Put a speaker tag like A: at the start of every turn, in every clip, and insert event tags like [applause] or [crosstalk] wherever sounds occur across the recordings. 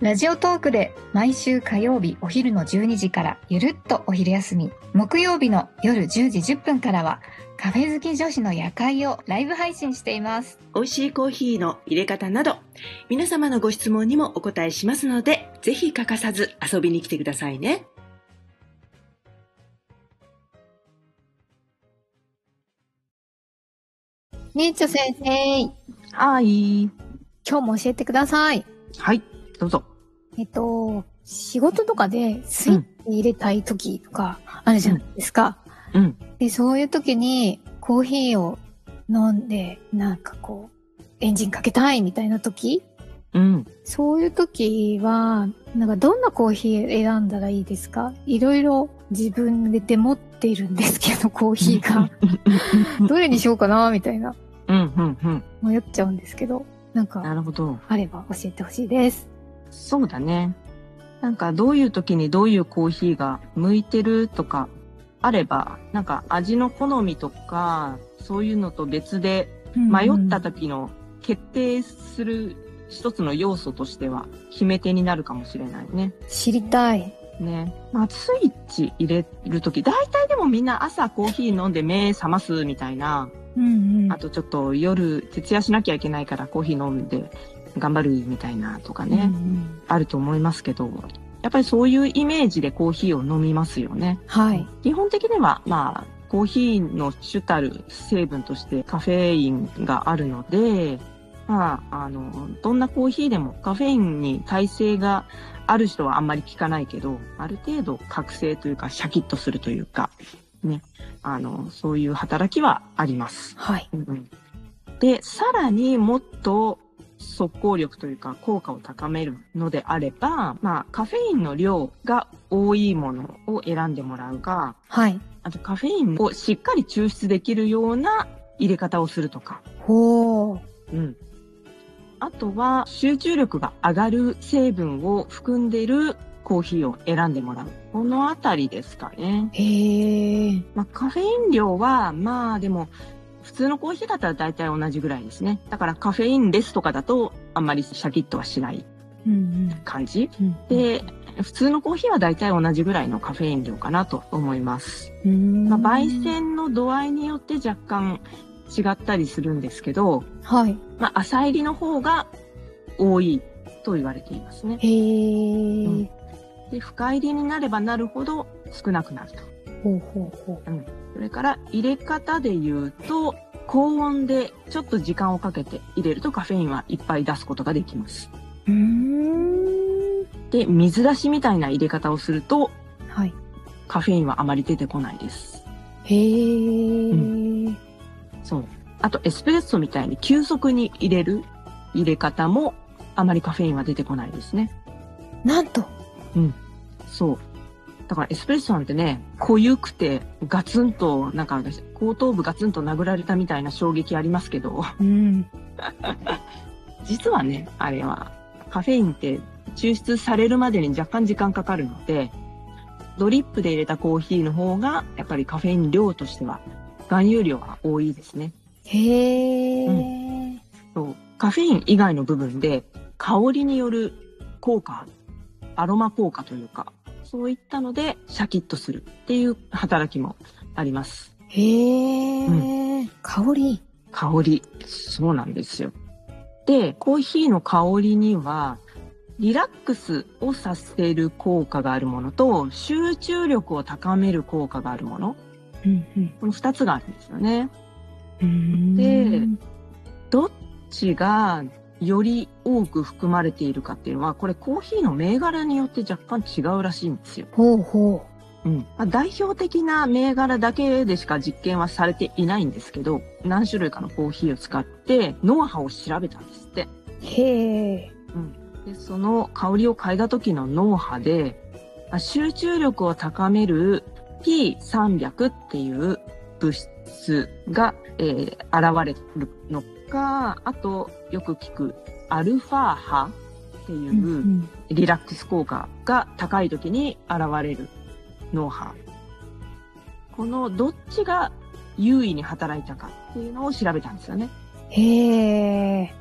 A: ラジオトークで毎週火曜日お昼の12時からゆるっとお昼休み、木曜日の夜10時10分からはカフェ好き女子の夜会をライブ配信しています。
B: 美味しいコーヒーの入れ方など皆様のご質問にもお答えしますのでぜひ欠かさず遊びに来てくださいね
A: みえちょ先生、今
C: はい。
A: 日も教えてください。
C: はい。どうぞ。
D: えっと、仕事とかでスイッチ入れたい時とかあるじゃないですか。
C: うん。
D: で、そういう時にコーヒーを飲んで、なんかこう、エンジンかけたいみたいな時
C: うん。
D: そういう時は、なんかどんなコーヒー選んだらいいですかいろいろ自分で持っているんですけど、コーヒーが。 [laughs] どれにしようかなみたいな。
C: うん、うん、うん。
D: 迷っちゃうんですけど、なん
C: な
D: か
C: るほど。
D: あれば教えてほしいです。
C: そうだね。なんか、どういう時にどういうコーヒーが向いてるとか、あれば、なんか、味の好みとか、そういうのと別で、迷った時の決定する一つの要素としては、決め手になるかもしれないね。
D: 知りたい。
C: ね。まあ、スイッチ入れる時、大体でもみんな朝コーヒー飲んで目覚ますみたいな、
D: うんうん
C: あ。とちょっと夜徹夜しなきゃいけないからコーヒー飲んで頑張るみたいなとかね、
D: うんうん
C: あると思いますけど、やっぱりそういうイメージでコーヒーを飲みますよね。
D: はい。
C: 基本的には、まあ、コーヒーの主たる成分としてカフェインがあるので、まあ、あの、どんなコーヒーでもカフェインに耐性がある人はあんまり効かないけど、ある程度覚醒というかシャキッとするというか、ね、あの、そういう働きはあります。
D: はい。
C: で、さらにもっと速効力というか効果を高めるのであれば、まあカフェインの量が多いものを選んでもらうが、
D: はい。
C: あとカフェインをしっかり抽出できるような入れ方をするとか、
D: ほう。
C: うん。あとは集中力が上がる成分を含んでいるコーヒーを選んでもらう。このあたりですかね。
D: へえ。
C: まあ、カフェイン量は、まあでも、普通のコーヒーだったら大体同じぐらいですね。だからカフェインレスとかだと、あんまりシャキッとはしない
D: うん
C: 感じ。
D: うん。
C: で、普通のコーヒーは大体同じぐらいのカフェイン量かなと思います。
D: うん、
C: まあ、焙煎の度合いによって若干違ったりするんですけど、
D: はい。
C: まあ、朝入りの方が多いと言われていますね。
D: へえ、
C: うんで、深入りになればなるほど少なくなると。
D: ほうほうほ
C: それから入れ方で言うと、高温でちょっと時間をかけて入れるとカフェインはいっぱい出すことができます。
D: う。うーん。
C: で、水出しみたいな入れ方をすると
D: はい。
C: カフェインはあまり出てこないです。
D: へえ、
C: うそう。あとエスプレッソみたいに急速に入れる入れ方もあまりカフェインは出てこないですね。
D: なんと。
C: そう。だからエスプレッソなんてね、濃ゆくてガツンと、なんか後頭部ガツンと殴られたみたいな衝撃ありますけど、
D: うん。
C: 実はね、あれは、カフェインって抽出されるまでに若干時間かかるので、ドリップで入れたコーヒーの方が、やっぱりカフェイン量としては、含有量が多いですね。
D: へえ、
C: うそうカフェイン以外の部分で、香りによる効果、アロマ効果というか、そういったので、シャキッとするっていう働きもあります。
D: へえ、香り。
C: 香り。そうなんですよ。で、コーヒーの香りには、リラックスをさせる効果があるものと、集中力を高める効果があるもの。
D: うんうん
C: この二つがあるんですよね。
D: うーん。
C: でどっちがより多く含まれているかっていうのは、これコーヒーの銘柄によって若干違うらしいんですよ。
D: ほうほ
C: うん。まあ代表的な銘柄だけでしか実験はされていないんですけど、何種類かのコーヒーを使って、脳波を調べたんですって。
D: う。へえ。
C: でその香りを嗅いだ時の脳波であ集中力を高める P300 っていう物質が、えー現れるのか、あとよく聞くアルファ波っていううんリラックス効果が高い時に現れる脳波。このどっちが優位に働いたかっていうのを調べたんですよね。
D: へえ。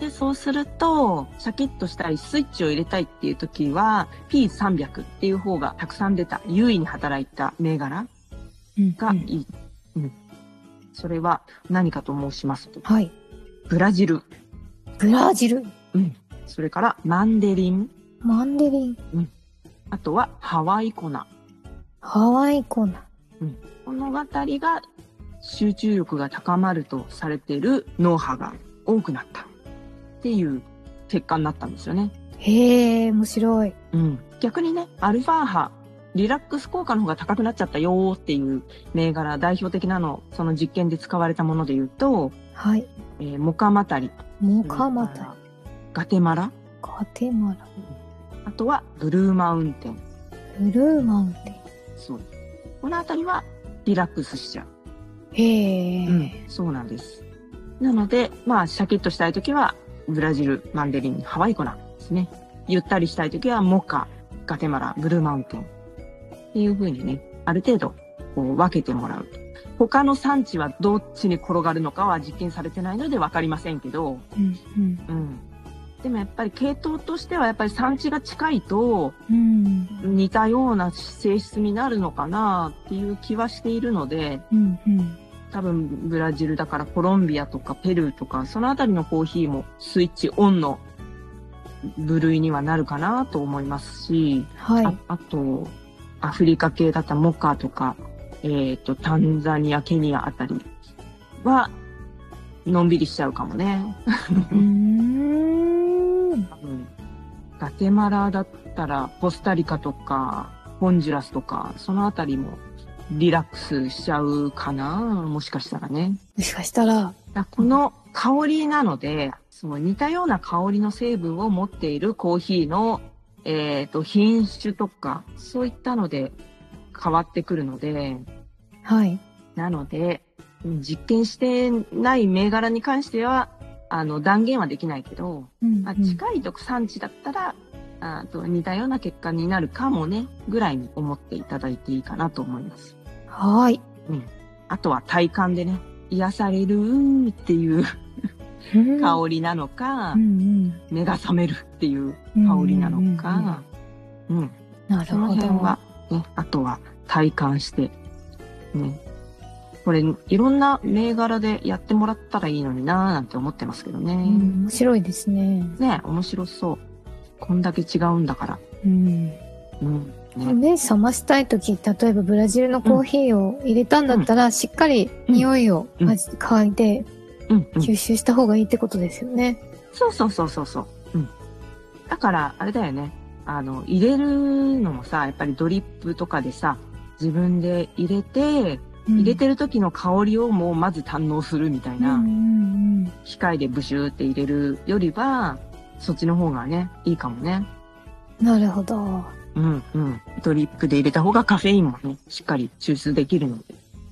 C: で、そうすると、シャキッとしたりスイッチを入れたいっていう時は、P300 っていう方がたくさん出た、優位に働いた銘柄がいい。うんそれは何かと申しますと、
D: はい。
C: ブラジル、
D: ブラジル、
C: それからマンデリン、
D: マンデリン、
C: あとはハワイコナ。
D: ハワイコーナ
C: この辺りが集中力が高まるとされてる脳波が多くなったっていう結果になったんですよね。
D: ー。へえ、面白い。
C: うん、逆にね、アルファ波、リラックス効果の方が高くなっちゃったよーっていう銘柄、代表的なの、その実験で使われたもので言うと、
D: はい。
C: えーモカマタリ。
D: モカマタリ、
C: ガテマラ。
D: ガテマラ、
C: あとはブルーマウンテン。
D: ブルーマウンテ
C: そう。このあたりはリラックスしちゃう。
D: ン。へえ、
C: うん、そうなんです。なので、まあ、シャキッとしたいときは、ブラジル、マンデリン、ハワイコナですね。ゆったりしたいときは、モカ、ガテマラ、ブルーマウンテン。っていう風にね、ある程度、こう、分けてもらう。他の産地はどっちに転がるのかは実験されてないので分かりませんけど、
D: うん。うん。
C: うん。でもやっぱり系統としてはやっぱり産地が近いと
D: うん。
C: 似たような性質になるのかなっていう気はしているので、
D: うん。うん。
C: 多分ブラジルだからコロンビアとかペルーとかそのあたりのコーヒーもスイッチオンの部類にはなるかなと思いますし、
D: はい。
C: ああとアフリカ系だったモカとか、えっとタンザニアケニアあたりはのんびりしちゃうかもね
D: うーん。
C: 多分ガテマラだったらコスタリカとかホンジュラスとかそのあたりもリラックスしちゃうかなもしかしたらね
D: もしかしたら、
C: だこの香りなので、その似たような香りの成分を持っているコーヒーの、えー、と品種とか、そういったので変わってくるので、
D: はい。
C: なので、うん実験してない銘柄に関しては、あの断言はできないけど、
D: うん
C: あ
D: うん
C: 近い特産地だったら、あと似たような結果になるかもね、ぐらいに思っていただいていいかなと思います。
D: はい。
C: あとは体感でね、癒されるーっていう香りなのか、
D: うん
C: 目が覚めるっていう
D: うん
C: 香りなのか、うん
D: うんうんうんなる
C: その
D: ほ
C: 辺
D: ど。
C: は、ね、あとは体感して、ね、これいろんな銘柄でやってもらったらいいのになーなんて思ってますけどね、
D: うん面白いですね。
C: ね面白そうこんだけ違うんだから、
D: うん。
C: うんね、
D: 目覚ましたいとき、例えばブラジルのコーヒーを入れたんだったら、しっかり匂いを
C: うん
D: 味嗅いで
C: うんうん
D: 吸収した方がいいってことですよね。
C: そうそうそうそうそう、うん、だからあれだよねあの入れるのもさやっぱりドリップとかでさ自分で入れて入れてる時の香りをもうまず堪能するみたい
D: うん
C: な、
D: うんうん
C: 機械でブシューって入れるよりは、そっちの方がね、いいかもね。
D: なるほど。
C: うんうん。ドリップで入れた方がカフェインもね、しっかり抽出できるので。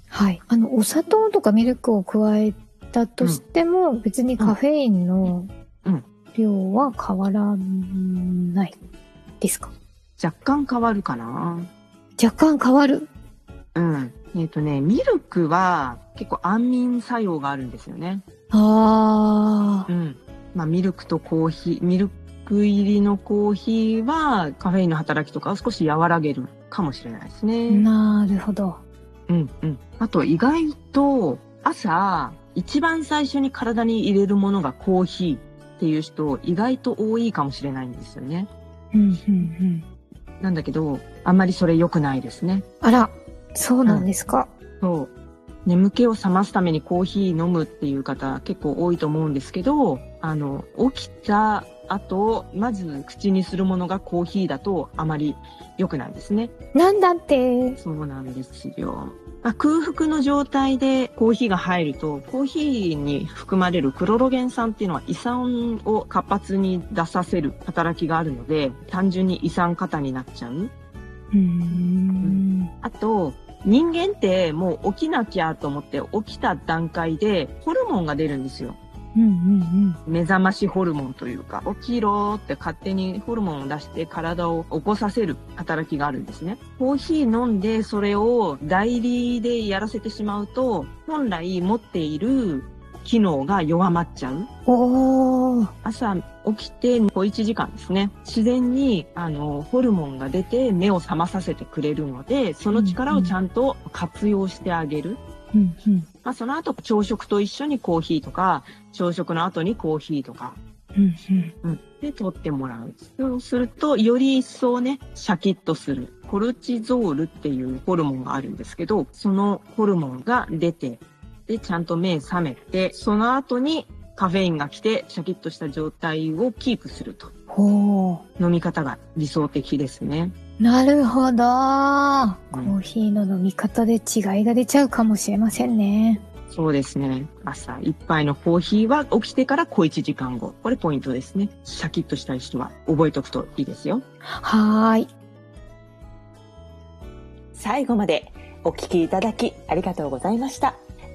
D: はい。あの、お砂糖とかミルクを加えたとしても、別にカフェインの
C: うん
D: 量は変わらないですか
C: 若干変わるかな。
D: 若干変わる。
C: うん。えっ、とね、ミルクは結構安眠作用があるんですよね。
D: ああ。
C: うん。まあミルクとコーヒー、ミルク入りのコーヒーはカフェインの働きとかを少し和らげるかもしれないですね。
D: なるほど。
C: うんうん。あと意外と朝一番最初に体に入れるものがコーヒーっていう人意外と多いかもしれないんですよね。
D: うん、うん、うん。
C: なんだけどあんまりそれ良くないですね。
D: あら、そうなんですか。
C: そう。眠気を覚ますためにコーヒー飲むっていう方結構多いと思うんですけど、あの、起きた後、まず口にするものがコーヒーだとあまり良くないですね。
D: なんだって。
C: そうなんですよ。まあ、空腹の状態でコーヒーが入ると、コーヒーに含まれるクロロゲン酸っていうのは胃酸を活発に出させる働きがあるので、単純に胃酸過多になっちゃう。
D: うーん。うん。
C: あと、人間ってもう起きなきゃと思って起きた段階でホルモンが出るんですよ。
D: うんうん
C: 目覚ましホルモンというか、起きろって勝手にホルモンを出して体を起こさせる働きがあるんですね。コーヒー飲んでそれを代理でやらせてしまうと、本来持っている機能が弱まっちゃう。
D: うん。おー。
C: 朝起きて小1時間ですね。自然に、あの、ホルモンが出て目を覚まさせてくれるので、その力をちゃんと活用してあげる。
D: うんうん。
C: まあ、その後、朝食と一緒にコーヒーとか、朝食の後にコーヒーとか、
D: うんうん。
C: で、取ってもらう。そうすると、より一層ね、シャキッとする。コルチゾールっていうホルモンがあるんですけど、そのホルモンが出て、で、ちゃんと目覚めて、その後にカフェインが来て、シャキッとした状態をキープすると。
D: ほー。
C: 飲み方が理想的ですね。
D: なるほど。コ
C: うん
D: ーヒーの飲み方で違いが出ちゃうかもしれませんね。
C: そうですね。朝一杯のコーヒーは起きてから小1時間後。これポイントですね。シャキッとしたい人は覚えておくといいですよ。
D: はーい。
B: 最後までお聞きいただきありがとうございました。